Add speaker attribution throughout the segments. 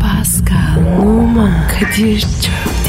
Speaker 1: Pascal, Oman, Kadir çok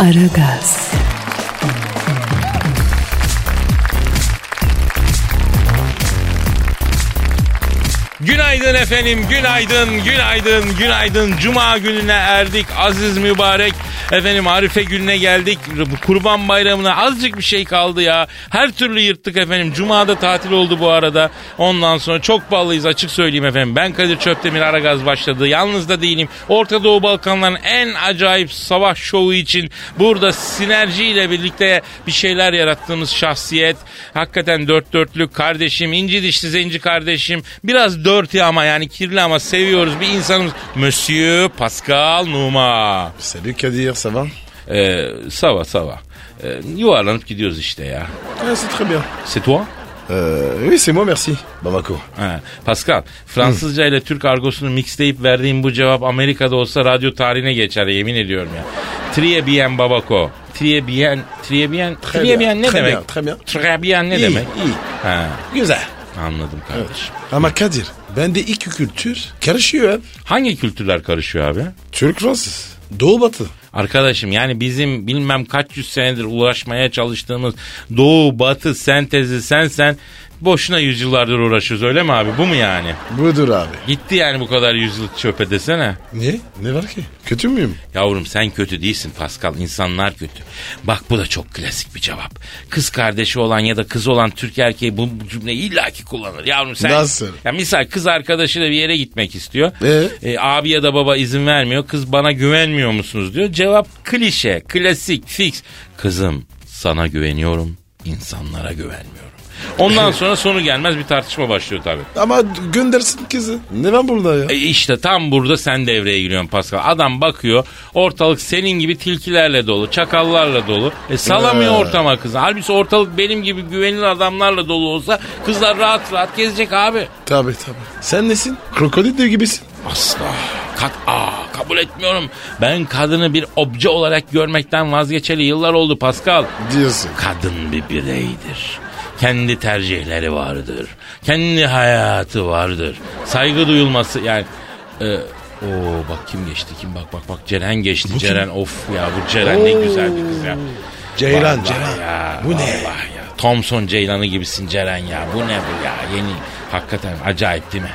Speaker 1: Aragaz,
Speaker 2: Günaydın efendim, günaydın, günaydın, günaydın. Cuma gününe erdik, aziz mübarek. Efendim Arife gününe geldik, kurban bayramına azıcık bir şey kaldı ya. Her türlü yırttık efendim. Cuma'da tatil oldu bu arada. Ondan sonra çok ballıyız açık söyleyeyim efendim. Ben Kadir Çöptemir Aragaz başladı. Yalnız da değilim. Orta Doğu Balkanların en acayip savaş şovu için burada sinerji ile birlikte bir şeyler yarattığımız şahsiyet. Hakikaten dört dörtlük kardeşim, inci dişli zenci kardeşim. Biraz dörtü ama yani kirli ama seviyoruz bir insanımız. Monsieur Pascal Numa.
Speaker 3: Salut Kadir, ça va?
Speaker 2: Ee, sava sava. Ee, yuvarlanıp gidiyoruz işte ya.
Speaker 3: Ah, c'est très bien.
Speaker 2: C'est toi?
Speaker 3: Euh, oui, c'est moi, merci. Bamako.
Speaker 2: Ha, Pascal, Fransızca ile Türk argosunu mixleyip verdiğim bu cevap Amerika'da olsa radyo tarihine geçer yemin ediyorum ya. Triebien babako. Triebien, Triebien,
Speaker 3: bien,
Speaker 2: Triebien ne
Speaker 3: très
Speaker 2: demek?
Speaker 3: bien, très bien.
Speaker 2: Triebien ne
Speaker 3: İyi,
Speaker 2: demek?
Speaker 3: iyi.
Speaker 2: Ha,
Speaker 3: Güzel.
Speaker 2: anladım kardeşim.
Speaker 3: Ama Kadir, bende iki kültür karışıyor hep.
Speaker 2: Hangi kültürler karışıyor abi?
Speaker 3: Türk Fransız. Doğu Batı.
Speaker 2: Arkadaşım yani bizim bilmem kaç yüz senedir uğraşmaya çalıştığımız doğu batı sentezi sen sen boşuna yüzyıllardır uğraşıyoruz öyle mi abi bu mu yani?
Speaker 3: Budur abi.
Speaker 2: Gitti yani bu kadar yüzyıl çöpe desene.
Speaker 3: Niye? Ne var ki? Kötü müyüm?
Speaker 2: Yavrum sen kötü değilsin Pascal insanlar kötü. Bak bu da çok klasik bir cevap. Kız kardeşi olan ya da kız olan Türk erkeği bu bu cümleyi illaki kullanır. Yavrum sen...
Speaker 3: Nasıl?
Speaker 2: Ya misal kız arkadaşıyla bir yere gitmek istiyor.
Speaker 3: Ee?
Speaker 2: E, abi ya da baba izin vermiyor. Kız bana güvenmiyor musunuz diyor. Cevap klişe, klasik, fix. Kızım sana güveniyorum, insanlara güvenmiyorum. Ondan sonra sonu gelmez bir tartışma başlıyor tabii.
Speaker 3: Ama göndersin kızı. Ne var burada ya?
Speaker 2: E İşte tam burada sen devreye giriyorsun Pascal. Adam bakıyor ortalık senin gibi tilkilerle dolu, çakallarla dolu. E salamıyor
Speaker 3: Ee.
Speaker 2: ortama kızı. Halbuki ortalık benim gibi güvenilir adamlarla dolu olsa kızlar rahat rahat gezecek abi.
Speaker 3: Tabii tabii. Sen nesin? Krokodil dev gibisin.
Speaker 2: Asla. Kat, aa, kabul etmiyorum. Ben kadını bir obje olarak görmekten vazgeçeli yıllar oldu Pascal.
Speaker 3: Diyorsun.
Speaker 2: Kadın bir bireydir. Kendi tercihleri vardır. Kendi hayatı vardır. Saygı duyulması yani. E, oo bak kim geçti kim bak bak bak Ceren geçti Ceren of ya bu Ceren ne güzel bir kız ya.
Speaker 3: Ceylan,
Speaker 2: Vallahi
Speaker 3: Ceylan.
Speaker 2: ya,
Speaker 3: Bu ne?
Speaker 2: vallahi ya. Thompson Ceylan'ı gibisin Ceren ya. Bu ne bu ya? Yeni hakikaten acayip değil mi?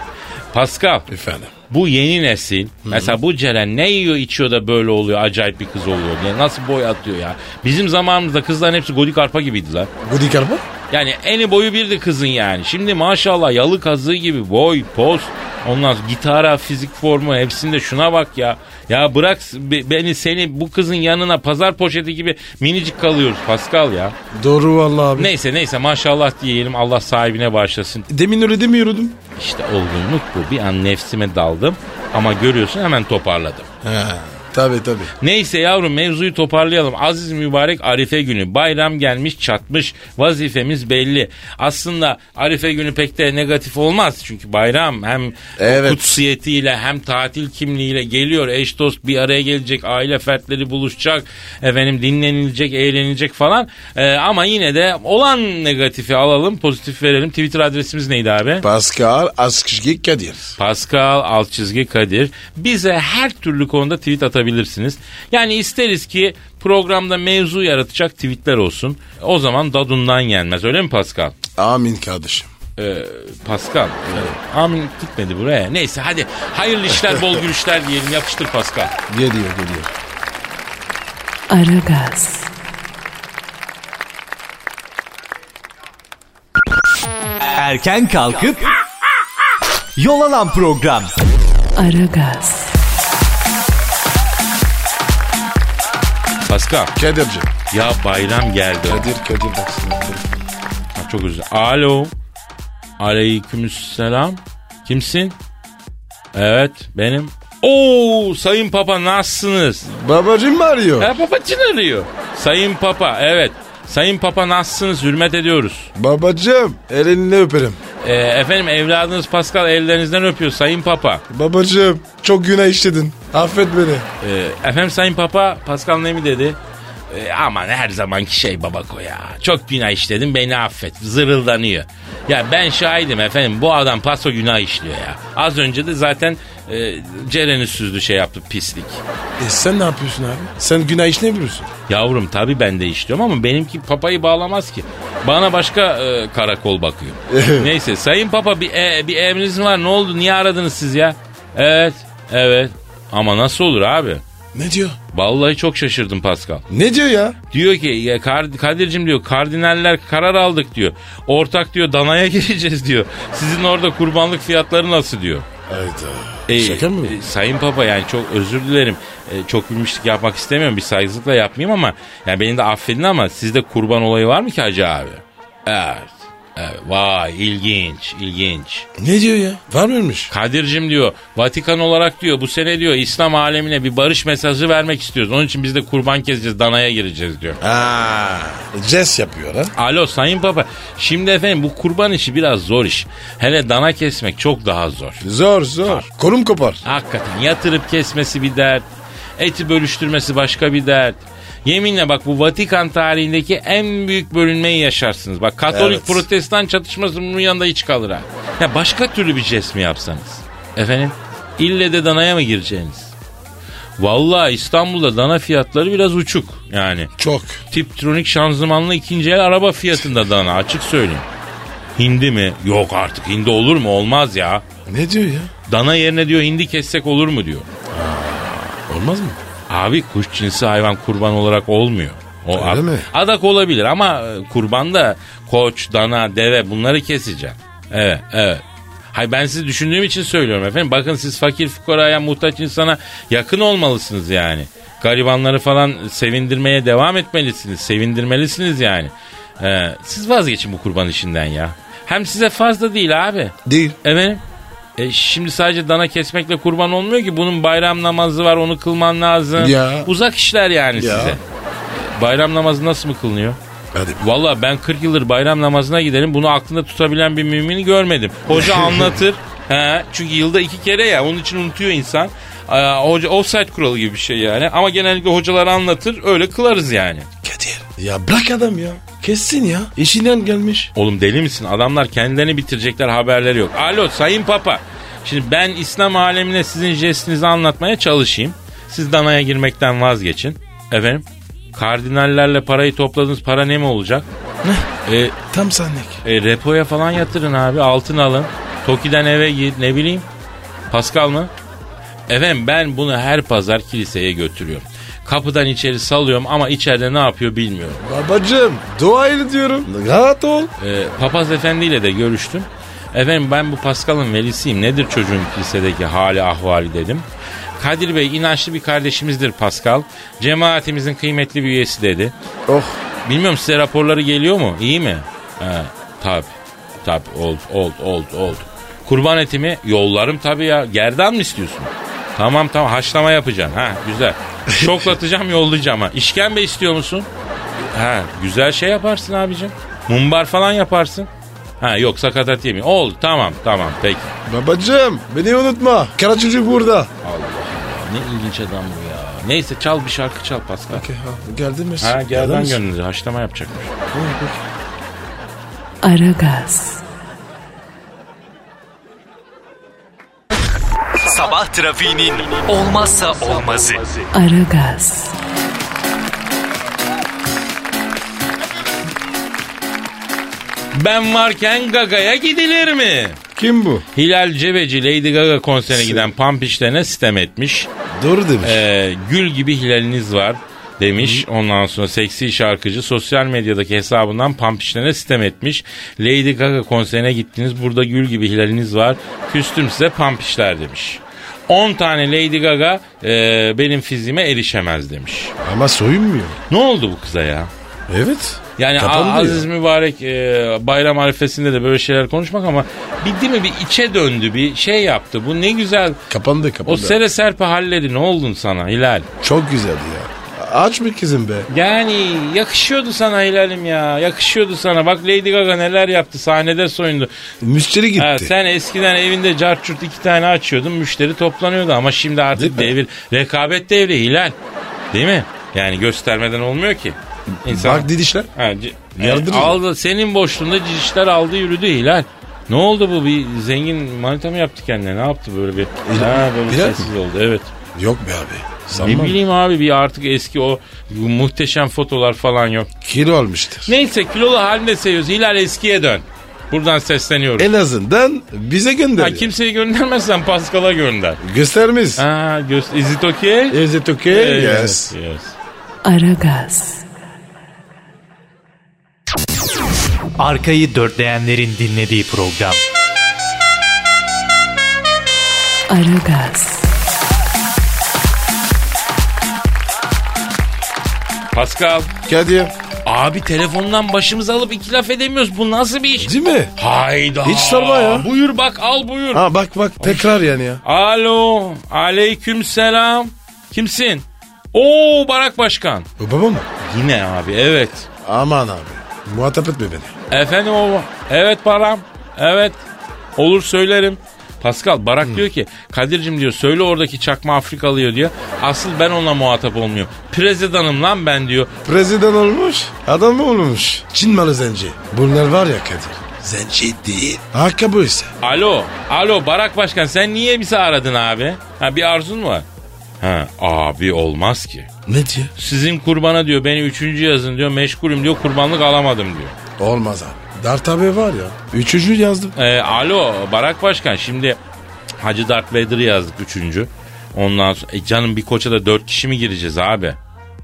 Speaker 2: Pascal
Speaker 3: Efendim.
Speaker 2: bu yeni nesil mesela bu Ceren ne yiyor içiyor da böyle oluyor acayip bir kız oluyor diye nasıl boy atıyor ya. Bizim zamanımızda kızların hepsi godik arpa gibiydi lan.
Speaker 3: Gudi Karpa?
Speaker 2: Yani eni boyu birdi kızın yani. Şimdi maşallah yalı kazığı gibi boy, poz, ondan sonra gitara, fizik formu hepsinde şuna bak ya. Ya bırak be- beni seni bu kızın yanına pazar poşeti gibi minicik kalıyoruz Pascal ya.
Speaker 3: Doğru vallahi abi.
Speaker 2: Neyse neyse maşallah diyelim Allah sahibine bağışlasın.
Speaker 3: Demin öyle demiyordum.
Speaker 2: İşte olgunluk bu bir an nefsime daldım ama görüyorsun hemen toparladım.
Speaker 3: Ha, tabii tabii.
Speaker 2: Neyse yavrum mevzuyu toparlayalım. Aziz mübarek Arife günü. Bayram gelmiş çatmış. Vazifemiz belli. Aslında Arife günü pek de negatif olmaz. Çünkü bayram hem
Speaker 3: Evet.
Speaker 2: kutsiyetiyle hem tatil kimliğiyle geliyor. Eş dost bir araya gelecek. Aile fertleri buluşacak. Efendim dinlenilecek, eğlenilecek falan. Ee, ama yine de olan negatifi alalım. Pozitif verelim. Twitter adresimiz neydi abi?
Speaker 3: Pascal Askışgi Kadir.
Speaker 2: Pascal alt çizgi Kadir. Bize her türlü konuda tweet atabilirsiniz. Yani isteriz ki programda mevzu yaratacak tweetler olsun. O zaman dadundan yenmez öyle mi Pascal?
Speaker 3: Amin kardeşim.
Speaker 2: Ee, Pascal. e, amin gitmedi buraya. Neyse hadi hayırlı işler bol gülüşler diyelim. Yapıştır Pascal.
Speaker 3: Geliyor geliyor.
Speaker 1: Aragaz,
Speaker 4: Erken kalkıp yol alan program.
Speaker 1: Aragaz,
Speaker 2: Pascal
Speaker 3: Kadir'ci.
Speaker 2: ya bayram geldi.
Speaker 3: Kadir Kadir baksın. Dur.
Speaker 2: Ha, çok özür Alo. Aleykümselam. Kimsin? Evet benim. Oo Sayın Papa nasılsınız?
Speaker 3: Babacım mı arıyor?
Speaker 2: Ha papacın arıyor. Sayın Papa evet. Sayın Papa nasılsınız? Hürmet ediyoruz.
Speaker 3: Babacım elini öperim.
Speaker 2: Ee, efendim evladınız Pascal ellerinizden öpüyor Sayın Papa.
Speaker 3: Babacım çok günah işledin. Affet beni.
Speaker 2: Ee, efendim Sayın Papa Pascal ne mi dedi? Ee, aman her zamanki şey babako ya. Çok günah işledim beni affet. Zırıldanıyor. Ya ben şahidim efendim bu adam paso günah işliyor ya. Az önce de zaten e, Ceren'i süzdü şey yaptı pislik.
Speaker 3: E sen ne yapıyorsun abi? Sen günah işlemiyorsun.
Speaker 2: Yavrum tabii ben de işliyorum ama benimki papayı bağlamaz ki. Bana başka e, karakol bakıyor. Neyse sayın papa bir, e, bir emriniz mi var ne oldu niye aradınız siz ya? Evet evet ama nasıl olur abi?
Speaker 3: Ne diyor?
Speaker 2: Vallahi çok şaşırdım Pascal.
Speaker 3: Ne diyor ya?
Speaker 2: Diyor ki ya Kar- Kadir'cim diyor kardinaller karar aldık diyor. Ortak diyor danaya gireceğiz diyor. Sizin orada kurbanlık fiyatları nasıl diyor.
Speaker 3: Hayda.
Speaker 2: E,
Speaker 3: Şaka mı?
Speaker 2: e, Sayın Papa yani çok özür dilerim. E, çok bilmişlik yapmak istemiyorum. Bir saygısızlıkla yapmayayım ama yani beni de affedin ama sizde kurban olayı var mı ki Hacı abi? Evet. evet. Vay ilginç ilginç.
Speaker 3: Ne diyor ya? Var mıymış?
Speaker 2: Kadir'cim diyor Vatikan olarak diyor bu sene diyor İslam alemine bir barış mesajı vermek istiyoruz. Onun için biz de kurban keseceğiz danaya gireceğiz diyor.
Speaker 3: Aa, Ces yapıyor ha.
Speaker 2: Alo Sayın Papa şimdi efendim bu kurban işi biraz zor iş. Hele dana kesmek çok daha zor.
Speaker 3: Zor zor. Kolum kopar.
Speaker 2: Hakikaten yatırıp kesmesi bir dert. Eti bölüştürmesi başka bir dert. Yeminle bak bu Vatikan tarihindeki en büyük bölünmeyi yaşarsınız. Bak Katolik
Speaker 3: Evet.
Speaker 2: Protestan çatışması bunun yanında hiç kalır ha. Ya başka türlü bir jest mi yapsanız? Efendim? İlle de danaya mı gireceğiniz? Vallahi İstanbul'da dana fiyatları biraz uçuk yani.
Speaker 3: Çok.
Speaker 2: Tiptronik şanzımanlı ikinci el araba fiyatında dana açık söyleyeyim. Hindi mi? Yok artık hindi olur mu? Olmaz ya.
Speaker 3: Ne diyor ya?
Speaker 2: Dana yerine diyor hindi kessek olur mu diyor.
Speaker 3: Olmaz mı?
Speaker 2: Abi kuş cinsi hayvan kurban olarak olmuyor. O
Speaker 3: Öyle mi?
Speaker 2: Adak olabilir ama e, kurban da koç, dana, deve bunları keseceğim. Evet, evet. Hay ben sizi düşündüğüm için söylüyorum efendim. Bakın siz fakir fukaraya muhtaç insana yakın olmalısınız yani. Garibanları falan sevindirmeye devam etmelisiniz. Sevindirmelisiniz yani. Ee, siz vazgeçin bu kurban işinden ya. Hem size fazla değil abi.
Speaker 3: Değil.
Speaker 2: Efendim? E şimdi sadece dana kesmekle kurban olmuyor ki. Bunun bayram namazı var onu kılman lazım.
Speaker 3: Ya.
Speaker 2: Uzak işler yani
Speaker 3: Ya.
Speaker 2: size. Bayram namazı nasıl mı kılınıyor?
Speaker 3: Hadi.
Speaker 2: Valla ben 40 yıldır bayram namazına giderim. Bunu aklında tutabilen bir mümini görmedim. Hoca anlatır. He, çünkü yılda iki kere ya onun için unutuyor insan. Aa, hoca offside kuralı gibi bir şey yani. Ama genellikle hocalar anlatır öyle kılarız yani.
Speaker 3: Kadir. Ya bırak adam ya. Kessin ya. İşinden gelmiş.
Speaker 2: Oğlum deli misin? Adamlar kendilerini bitirecekler haberleri yok. Alo Sayın Papa. Şimdi ben İslam alemine sizin jestinizi anlatmaya çalışayım. Siz danaya girmekten vazgeçin. Efendim? Kardinallerle parayı topladığınız para ne mi olacak? e,
Speaker 3: Tam senlik.
Speaker 2: e, repoya falan yatırın abi. Altın alın. Toki'den eve git ne bileyim. Pascal mı? Efendim ben bunu her pazar kiliseye götürüyorum. Kapıdan içeri salıyorum ama içeride ne yapıyor bilmiyorum.
Speaker 3: Babacım dua et diyorum. Rahat ol.
Speaker 2: Ee, papaz efendiyle de görüştüm. Efendim ben bu Pascal'ın velisiyim. Nedir çocuğun lisedeki hali ahvali dedim. Kadir Bey inançlı bir kardeşimizdir Pascal. Cemaatimizin kıymetli bir üyesi dedi.
Speaker 3: Oh.
Speaker 2: Bilmiyorum size raporları geliyor mu? İyi mi? He, tabi. Tabi oldu oldu oldu oldu. Kurban etimi yollarım tabi ya. Gerdan mı istiyorsun? Tamam tamam haşlama yapacaksın. Ha güzel. Şoklatacağım yollayacağım ha. İşkembe istiyor musun? Ha güzel şey yaparsın abicim. Mumbar falan yaparsın. Ha yok sakatat yemeyin. Oldu tamam tamam peki.
Speaker 3: Babacım beni unutma. Kara çocuk burada.
Speaker 2: Ne ilginç adam bu ya. Neyse çal bir şarkı çal Pascal.
Speaker 3: Okay, ha, geldin mi?
Speaker 2: Ha
Speaker 3: Geldin
Speaker 2: gerdan
Speaker 3: mi?
Speaker 2: gönlünüzü haşlama yapacakmış.
Speaker 1: Aragaz,
Speaker 4: Sabah trafiğinin olmazsa olmazı.
Speaker 1: Aragaz,
Speaker 2: Ben varken gagaya gidilir mi?
Speaker 3: Kim bu?
Speaker 2: Hilal Cebeci Lady Gaga konserine giden Pampişlerine sitem etmiş.
Speaker 3: Doğru demiş.
Speaker 2: Ee, gül gibi hilaliniz var demiş. Ondan sonra seksi şarkıcı sosyal medyadaki hesabından Pampişlerine sitem etmiş. Lady Gaga konserine gittiniz. Burada gül gibi hilaliniz var. Küstüm size Pampişler demiş. 10 tane Lady Gaga e, benim fiziğime erişemez demiş.
Speaker 3: Ama soyunmuyor.
Speaker 2: Ne oldu bu kıza ya?
Speaker 3: Evet.
Speaker 2: Yani
Speaker 3: Kapandı
Speaker 2: A- Aziz
Speaker 3: ya.
Speaker 2: Mübarek e, bayram arifesinde de böyle şeyler konuşmak ama bir değil mi bir içe döndü bir şey yaptı. Bu ne güzel.
Speaker 3: Kapandı kapandı.
Speaker 2: O sere serpe halleri ne oldun sana Hilal?
Speaker 3: Çok güzeldi ya. Aç mı kızım be?
Speaker 2: Yani yakışıyordu sana Hilal'im ya. Yakışıyordu sana. Bak Lady Gaga neler yaptı. Sahnede soyundu.
Speaker 3: Müşteri gitti.
Speaker 2: Ha, sen eskiden evinde carçurt iki tane açıyordun. Müşteri toplanıyordu ama şimdi artık
Speaker 3: Değil mi?
Speaker 2: devir rekabet devri Hilal. Değil mi? Yani göstermeden olmuyor ki. İnsan...
Speaker 3: Bak didişler.
Speaker 2: Ha, c-
Speaker 3: Yardırır.
Speaker 2: e, aldı, senin boşluğunda cicişler aldı yürüdü Hilal. Ne oldu bu? Bir zengin manita mı yaptı kendine? Ne yaptı böyle bir?
Speaker 3: Hilal-
Speaker 2: Ha, böyle
Speaker 3: Hilal
Speaker 2: sessiz oldu. Evet.
Speaker 3: Yok be abi.
Speaker 2: Ne
Speaker 3: Sanmam.
Speaker 2: bileyim abi bir artık eski o muhteşem fotolar falan yok.
Speaker 3: Kilo almıştır.
Speaker 2: Neyse kilolu halinde seviyoruz. Hilal eskiye dön. Buradan sesleniyoruz.
Speaker 3: En azından bize gönder.
Speaker 2: Ha, kimseyi göndermezsen Pascal'a gönder.
Speaker 3: Göstermez.
Speaker 2: Ha, Ee, göz, is it okay?
Speaker 3: Is it okay? Yes.
Speaker 2: yes.
Speaker 1: Aragaz,
Speaker 4: Arkayı dörtleyenlerin dinlediği program.
Speaker 1: Aragaz,
Speaker 2: Pascal
Speaker 3: Kadir.
Speaker 2: abi telefondan başımızı alıp iki laf edemiyoruz. Bu nasıl bir iş?
Speaker 3: Değil mi?
Speaker 2: Hayda.
Speaker 3: Hiç sorma ya.
Speaker 2: Buyur bak al buyur.
Speaker 3: Ha bak bak tekrar yani ya.
Speaker 2: Alo. Aleyküm selam. Kimsin? Oo Barak Başkan.
Speaker 3: Bu baba mı?
Speaker 2: Yine abi evet.
Speaker 3: Aman abi. Muhatap etme beni.
Speaker 2: Efendim o evet Baram evet olur söylerim. Pascal Barak diyor ki Kadir'cim diyor söyle oradaki çakma Afrikalıyor diyor. Asıl ben onunla muhatap olmuyorum. Prezidanım lan ben diyor.
Speaker 3: Preziden olmuş. Adam mı olmuş? Çin malı zenci. Bunlar var ya Kadir. Zenci değil. Hakka bu ise.
Speaker 2: Alo alo Barak Başkan sen niye bizi aradın abi? Ha bir arzun mu var? Ha abi olmaz ki.
Speaker 3: Ne diyor?
Speaker 2: Sizin kurbana diyor beni üçüncü yazın diyor meşgulüm diyor kurbanlık alamadım diyor.
Speaker 3: Olmaz abi. Dart abi var ya. Üçüncü yazdım.
Speaker 2: Ee, alo Barak Başkan şimdi Hacı Darth Vader'ı yazdık üçüncü. Ondan sonra e, canım bir koça da dört kişi mi gireceğiz abi?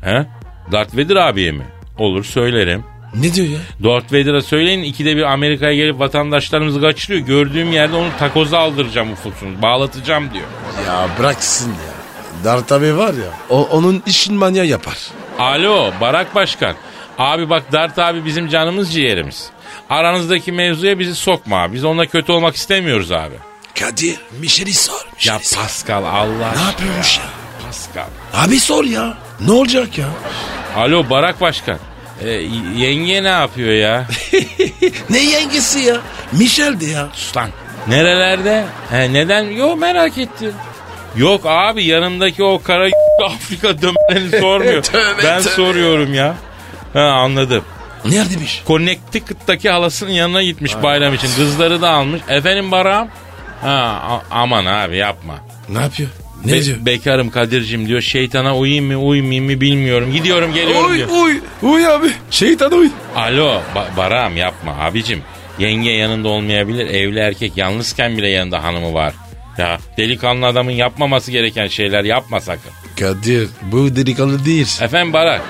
Speaker 2: He? Darth Vader abiye mi? Olur söylerim.
Speaker 3: Ne diyor ya?
Speaker 2: Darth Vader'a söyleyin ikide bir Amerika'ya gelip vatandaşlarımızı kaçırıyor. Gördüğüm yerde onu takoza aldıracağım ufusunu. Bağlatacağım diyor.
Speaker 3: Ya bıraksın ya. Dart abi var ya. O, onun işin manyağı yapar.
Speaker 2: Alo Barak Başkan. Abi bak Dart abi bizim canımız ciğerimiz. Aranızdaki mevzuya bizi sokma abi. Biz onunla kötü olmak istemiyoruz abi.
Speaker 3: Kadir Mişel'i sor.
Speaker 2: Ya Pascal Allah
Speaker 3: Ne
Speaker 2: aşkına
Speaker 3: yapıyormuş ya?
Speaker 2: Pascal.
Speaker 3: Abi sor ya. Ne olacak ya?
Speaker 2: Alo Barak Başkan. Ee, y- yenge ne yapıyor ya?
Speaker 3: Ne yengesi ya? Mişel'di ya.
Speaker 2: Sus lan. Nerelerde? He, neden? Yo merak ettim. Yok abi yanımdaki o kara Afrika dömeni sormuyor.
Speaker 3: Tövbe,
Speaker 2: ben
Speaker 3: tövbe.
Speaker 2: soruyorum ya. Ha anladım.
Speaker 3: Neredeymiş?
Speaker 2: Connecticut'taki halasının yanına gitmiş bayram için. Kızları da almış. Efendim Barak'ım? Ha a- aman abi yapma.
Speaker 3: Ne yapıyor? Ne
Speaker 2: Be-
Speaker 3: diyor?
Speaker 2: bekarım Kadir'cim diyor. Şeytana uyayım mı uymayayım mı bilmiyorum. Gidiyorum geliyorum diyor.
Speaker 3: uy. Uy abi. Şeytan uy.
Speaker 2: Alo ba- Baram yapma abicim. Yenge yanında olmayabilir. Evli erkek yalnızken bile yanında hanımı var. Ya delikanlı adamın yapmaması gereken şeyler yapma sakın.
Speaker 3: Kadir bu delikanlı değil.
Speaker 2: Efendim Barak.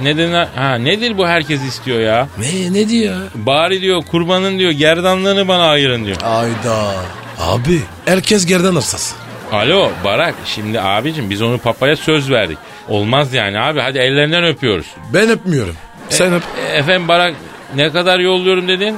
Speaker 2: ne- Neden ha nedir bu herkes istiyor ya?
Speaker 3: Ne, ne diyor?
Speaker 2: Bari diyor kurbanın diyor gerdanlığını bana ayırın diyor.
Speaker 3: Ayda. Abi herkes gerdan hırsız.
Speaker 2: Alo Barak şimdi abicim biz onu papaya söz verdik. Olmaz yani abi hadi ellerinden öpüyoruz.
Speaker 3: Ben öpmüyorum. Sen öp.
Speaker 2: E, efendim Barak ne kadar yolluyorum dedin?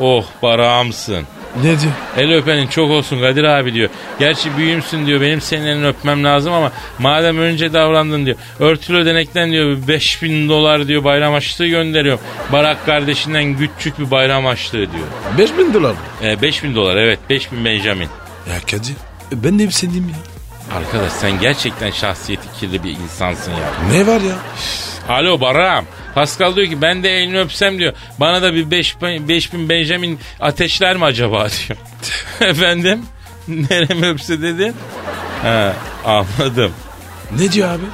Speaker 2: Oh Barak'ımsın.
Speaker 3: Ne diyor?
Speaker 2: El öpenin çok olsun Kadir abi diyor. Gerçi büyümsün diyor benim senin elini öpmem lazım ama madem önce davrandın diyor. Örtülü ödenekten diyor 5000 dolar diyor bayram açlığı gönderiyorum. Barak kardeşinden küçük bir bayram açlığı diyor.
Speaker 3: 5000 dolar mı?
Speaker 2: E, 5000 dolar evet 5000 Benjamin.
Speaker 3: Ya Kadir ben de hepsedeyim ya.
Speaker 2: Arkadaş sen gerçekten şahsiyeti kirli bir insansın ya.
Speaker 3: Ne var ya?
Speaker 2: Alo Barak'ım. Pascal diyor ki ben de elini öpsem diyor. Bana da bir 5000 Benjamin ateşler mi acaba diyor. Efendim? Neremi öpse dedi. Ha, anladım.
Speaker 3: Ne diyor abi?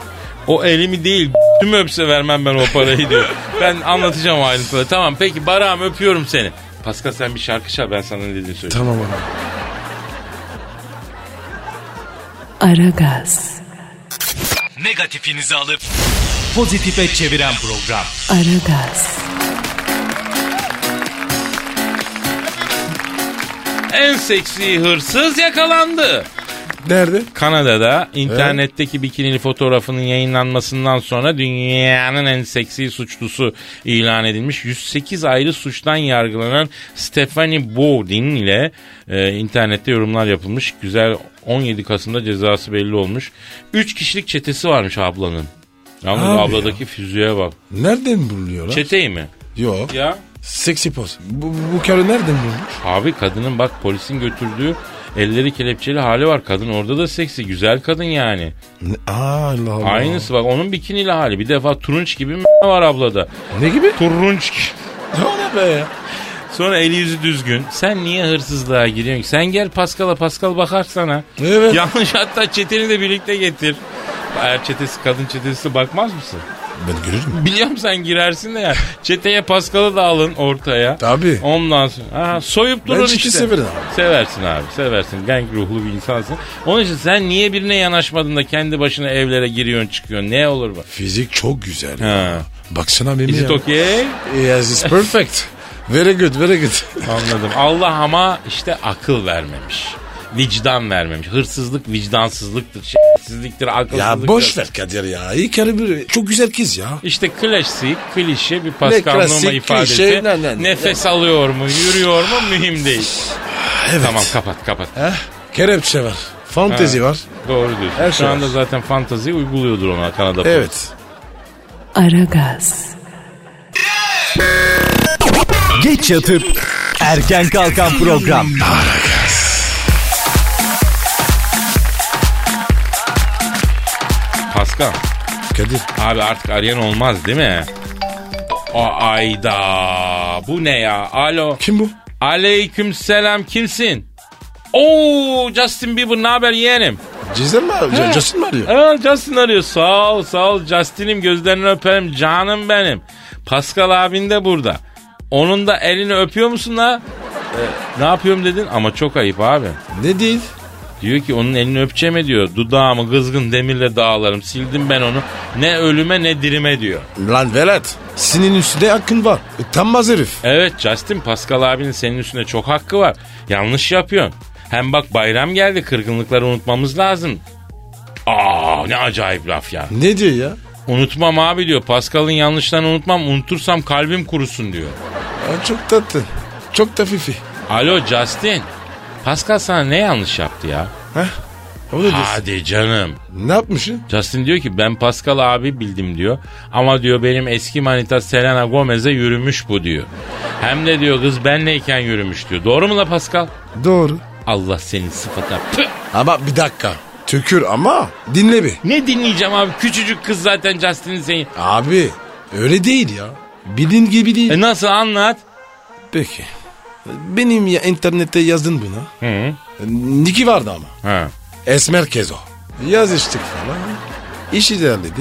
Speaker 2: O elimi değil tüm öpse vermem ben o parayı diyor. ben anlatacağım ayrıntıları. Tamam peki Barak'ım öpüyorum seni. Pascal sen bir şarkı çal ben sana ne dediğini söyleyeyim.
Speaker 3: Tamam abi.
Speaker 1: Aragaz,
Speaker 4: Negatifinizi alıp pozitife çeviren program.
Speaker 1: Aragaz,
Speaker 2: En seksi hırsız yakalandı.
Speaker 3: Nerede?
Speaker 2: Kanada'da internetteki bikinili fotoğrafının yayınlanmasından sonra dünyanın en seksi suçlusu ilan edilmiş. 108 ayrı suçtan yargılanan Stephanie Bowden ile e, internette yorumlar yapılmış. Güzel 17 Kasım'da cezası belli olmuş. 3 kişilik çetesi varmış ablanın. Yalnız
Speaker 3: Abi
Speaker 2: abladaki füzüğe bak.
Speaker 3: Nereden buluyorlar?
Speaker 2: Çeteyi mi?
Speaker 3: Yok.
Speaker 2: Ya.
Speaker 3: Seksi poz. Bu, bu karı nereden bulmuş?
Speaker 2: Abi kadının bak polisin götürdüğü elleri kelepçeli hali var. Kadın orada da seksi. Güzel kadın yani.
Speaker 3: Ne- Aa, Allah Allah.
Speaker 2: Aynısı bak onun bikinili hali. Bir defa turunç gibi m- var ablada.
Speaker 3: Ne gibi?
Speaker 2: Turunç gibi.
Speaker 3: Ne oluyor be?
Speaker 2: Sonra eli yüzü düzgün. Sen niye hırsızlığa giriyorsun? ki? Sen gel Paskal'a Paskal bakar sana.
Speaker 3: Evet.
Speaker 2: Yanlış hatta çeteni de birlikte getir. Eğer çetesi kadın çetesi bakmaz mısın?
Speaker 3: Ben görürüm.
Speaker 2: Biliyorum sen girersin de ya. Çeteye Paskal'ı da alın ortaya.
Speaker 3: Tabii.
Speaker 2: Ondan sonra. Aha, soyup
Speaker 3: Ben
Speaker 2: durun
Speaker 3: ciddi
Speaker 2: işte.
Speaker 3: severim abi.
Speaker 2: Seversin abi seversin. Genk ruhlu bir insansın. Onun için sen niye birine yanaşmadın da kendi başına evlere giriyorsun çıkıyorsun. Ne olur bak.
Speaker 3: Fizik çok güzel.
Speaker 2: Ha.
Speaker 3: Baksana benim
Speaker 2: Is it okay?
Speaker 3: Yes, it's perfect. very good, very good.
Speaker 2: Anladım. Allah ama işte akıl vermemiş. Vicdan vermemiş. Hırsızlık vicdansızlıktır, şerefsizliktir, akılsızlıktır.
Speaker 3: ya boş ver Kadir ya. İyi karı bir... Çok güzel kız ya.
Speaker 2: İşte klasik, klişe bir Pascal
Speaker 3: Ne klasik,
Speaker 2: Numa ifadesi.
Speaker 3: klişe, ne, ne, ne.
Speaker 2: Nefes alıyor mu, yürüyor mu mühim değil.
Speaker 3: Evet.
Speaker 2: Tamam kapat kapat.
Speaker 3: Heh, Kelepçe var. Fantezi
Speaker 2: Ha.
Speaker 3: var.
Speaker 2: Doğru diyorsun.
Speaker 3: Her
Speaker 2: Şu
Speaker 3: şey
Speaker 2: anda
Speaker 3: var. E?
Speaker 2: zaten fantaziyi uyguluyordur ona Kanada.
Speaker 3: Evet.
Speaker 1: Aragaz,
Speaker 4: Geç yatıp erken kalkan program.
Speaker 2: Pascal
Speaker 3: Kadir.
Speaker 2: abi artık arayan olmaz değil mi? O ayda bu ne ya? Alo.
Speaker 3: Kim bu?
Speaker 2: Aleyküm selam kimsin? Oo Justin Bieber ne haber yeğenim?
Speaker 3: Cizel mi arıyor?
Speaker 2: He.
Speaker 3: Justin mi arıyor?
Speaker 2: Aa, Justin arıyor. Sağ ol sağ ol Justin'im gözlerini öperim canım benim. Pascal abin de burada. Onun da elini öpüyor musun la? Ee, ne yapıyorum dedin ama çok ayıp abi.
Speaker 3: Ne değil?
Speaker 2: Diyor ki onun elini öpeceğime diyor. Dudağımı kızgın demirle dağlarım. Sildim ben onu. Ne ölüme ne dirime diyor.
Speaker 3: Lan velet. Senin üstünde hakkın var. Utanmaz herif.
Speaker 2: Evet Justin Pascal abinin senin üstünde çok hakkı var. Yanlış yapıyorsun. Hem bak bayram geldi kırgınlıkları unutmamız lazım. Aa ne acayip laf ya.
Speaker 3: Ne diyor ya?
Speaker 2: Unutmam abi diyor. Pascal'ın yanlışlarını unutmam. Unutursam kalbim kurusun diyor.
Speaker 3: Ya çok tatlı. Çok da fifi.
Speaker 2: Alo Justin. Pascal sana ne yanlış yaptı ya?
Speaker 3: Heh. O da diyorsun.
Speaker 2: Hadi canım.
Speaker 3: Ne yapmışsın?
Speaker 2: Justin diyor ki ben Pascal abi bildim diyor. Ama diyor benim eski manita Selena Gomez'e yürümüş bu diyor. Hem de diyor kız benleyken yürümüş diyor. Doğru mu la Pascal?
Speaker 3: Doğru.
Speaker 2: Allah senin sıfatına. Püh!
Speaker 3: Ama bir dakika. Tükür ama dinle bir.
Speaker 2: Ne dinleyeceğim abi? Küçücük kız zaten Justin'in senin.
Speaker 3: Abi öyle değil ya. Bilin gibi değil.
Speaker 2: E nasıl anlat?
Speaker 3: Peki. Benim ya internette yazdın buna.
Speaker 2: Hı.
Speaker 3: Niki vardı ama.
Speaker 2: Ha.
Speaker 3: Esmer Kezo. Yazıştık falan. İşi derledi.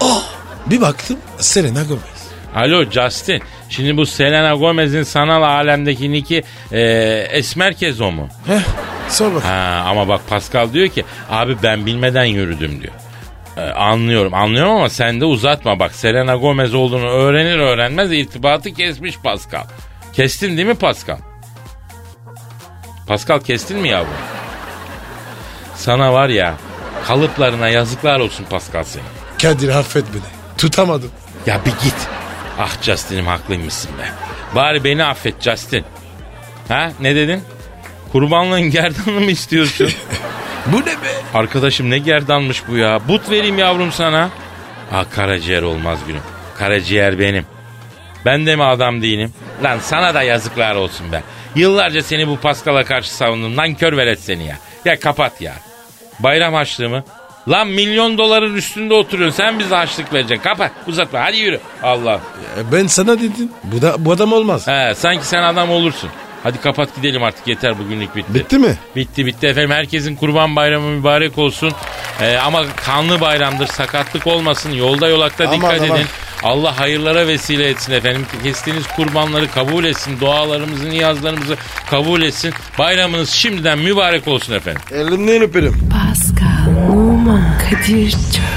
Speaker 3: Oh! Bir baktım Selena Gomez.
Speaker 2: Alo Justin. Şimdi bu Selena Gomez'in sanal alemdeki niki e, Esmer Kezo mu?
Speaker 3: Heh. Sor bak.
Speaker 2: Ha, ama bak Pascal diyor ki abi ben bilmeden yürüdüm diyor. E, anlıyorum anlıyorum ama sen de uzatma bak Selena Gomez olduğunu öğrenir öğrenmez irtibatı kesmiş Pascal. Kestin değil mi Pascal? Pascal kestin mi yavrum? Sana var ya kalıplarına yazıklar olsun Pascal senin.
Speaker 3: Kadir affet beni. Tutamadım.
Speaker 2: Ya bir git. Ah Justin'im haklıymışsın be. Bari beni affet Justin. Ha ne dedin? Kurbanlığın gerdanını mı istiyorsun?
Speaker 3: Bu ne be?
Speaker 2: Arkadaşım ne gerdanmış bu ya. But vereyim yavrum sana. Ah karaciğer olmaz günüm. Karaciğer benim. Ben de mi adam değilim? Lan sana da yazıklar olsun be. Yıllarca seni bu Paskal'a karşı savundum. Lan kör velet seni ya. Ya kapat ya. Bayram harçlığı mı? Lan milyon doların üstünde oturuyorsun. Sen bize harçlık vereceksin. Kapat. Uzatma. Hadi yürü. Allah.
Speaker 3: E, Ben sana dedim. Bu, da, bu adam olmaz.
Speaker 2: He, sanki sen adam olursun. Hadi kapat gidelim artık yeter bugünlük bitti.
Speaker 3: Bitti mi?
Speaker 2: Bitti bitti efendim. Herkesin kurban bayramı mübarek olsun. Ee, ama kanlı bayramdır. Sakatlık olmasın. Yolda yolakta
Speaker 3: Aman,
Speaker 2: dikkat
Speaker 3: aman.
Speaker 2: edin. Allah hayırlara vesile etsin efendim. Kestiğiniz kurbanları kabul etsin. Dualarımızı, niyazlarımızı kabul etsin. Bayramınız şimdiden mübarek olsun efendim.
Speaker 3: Elimden öperim.
Speaker 1: Pascal, Oman, Kadir çok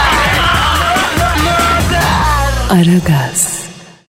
Speaker 1: Aragaz.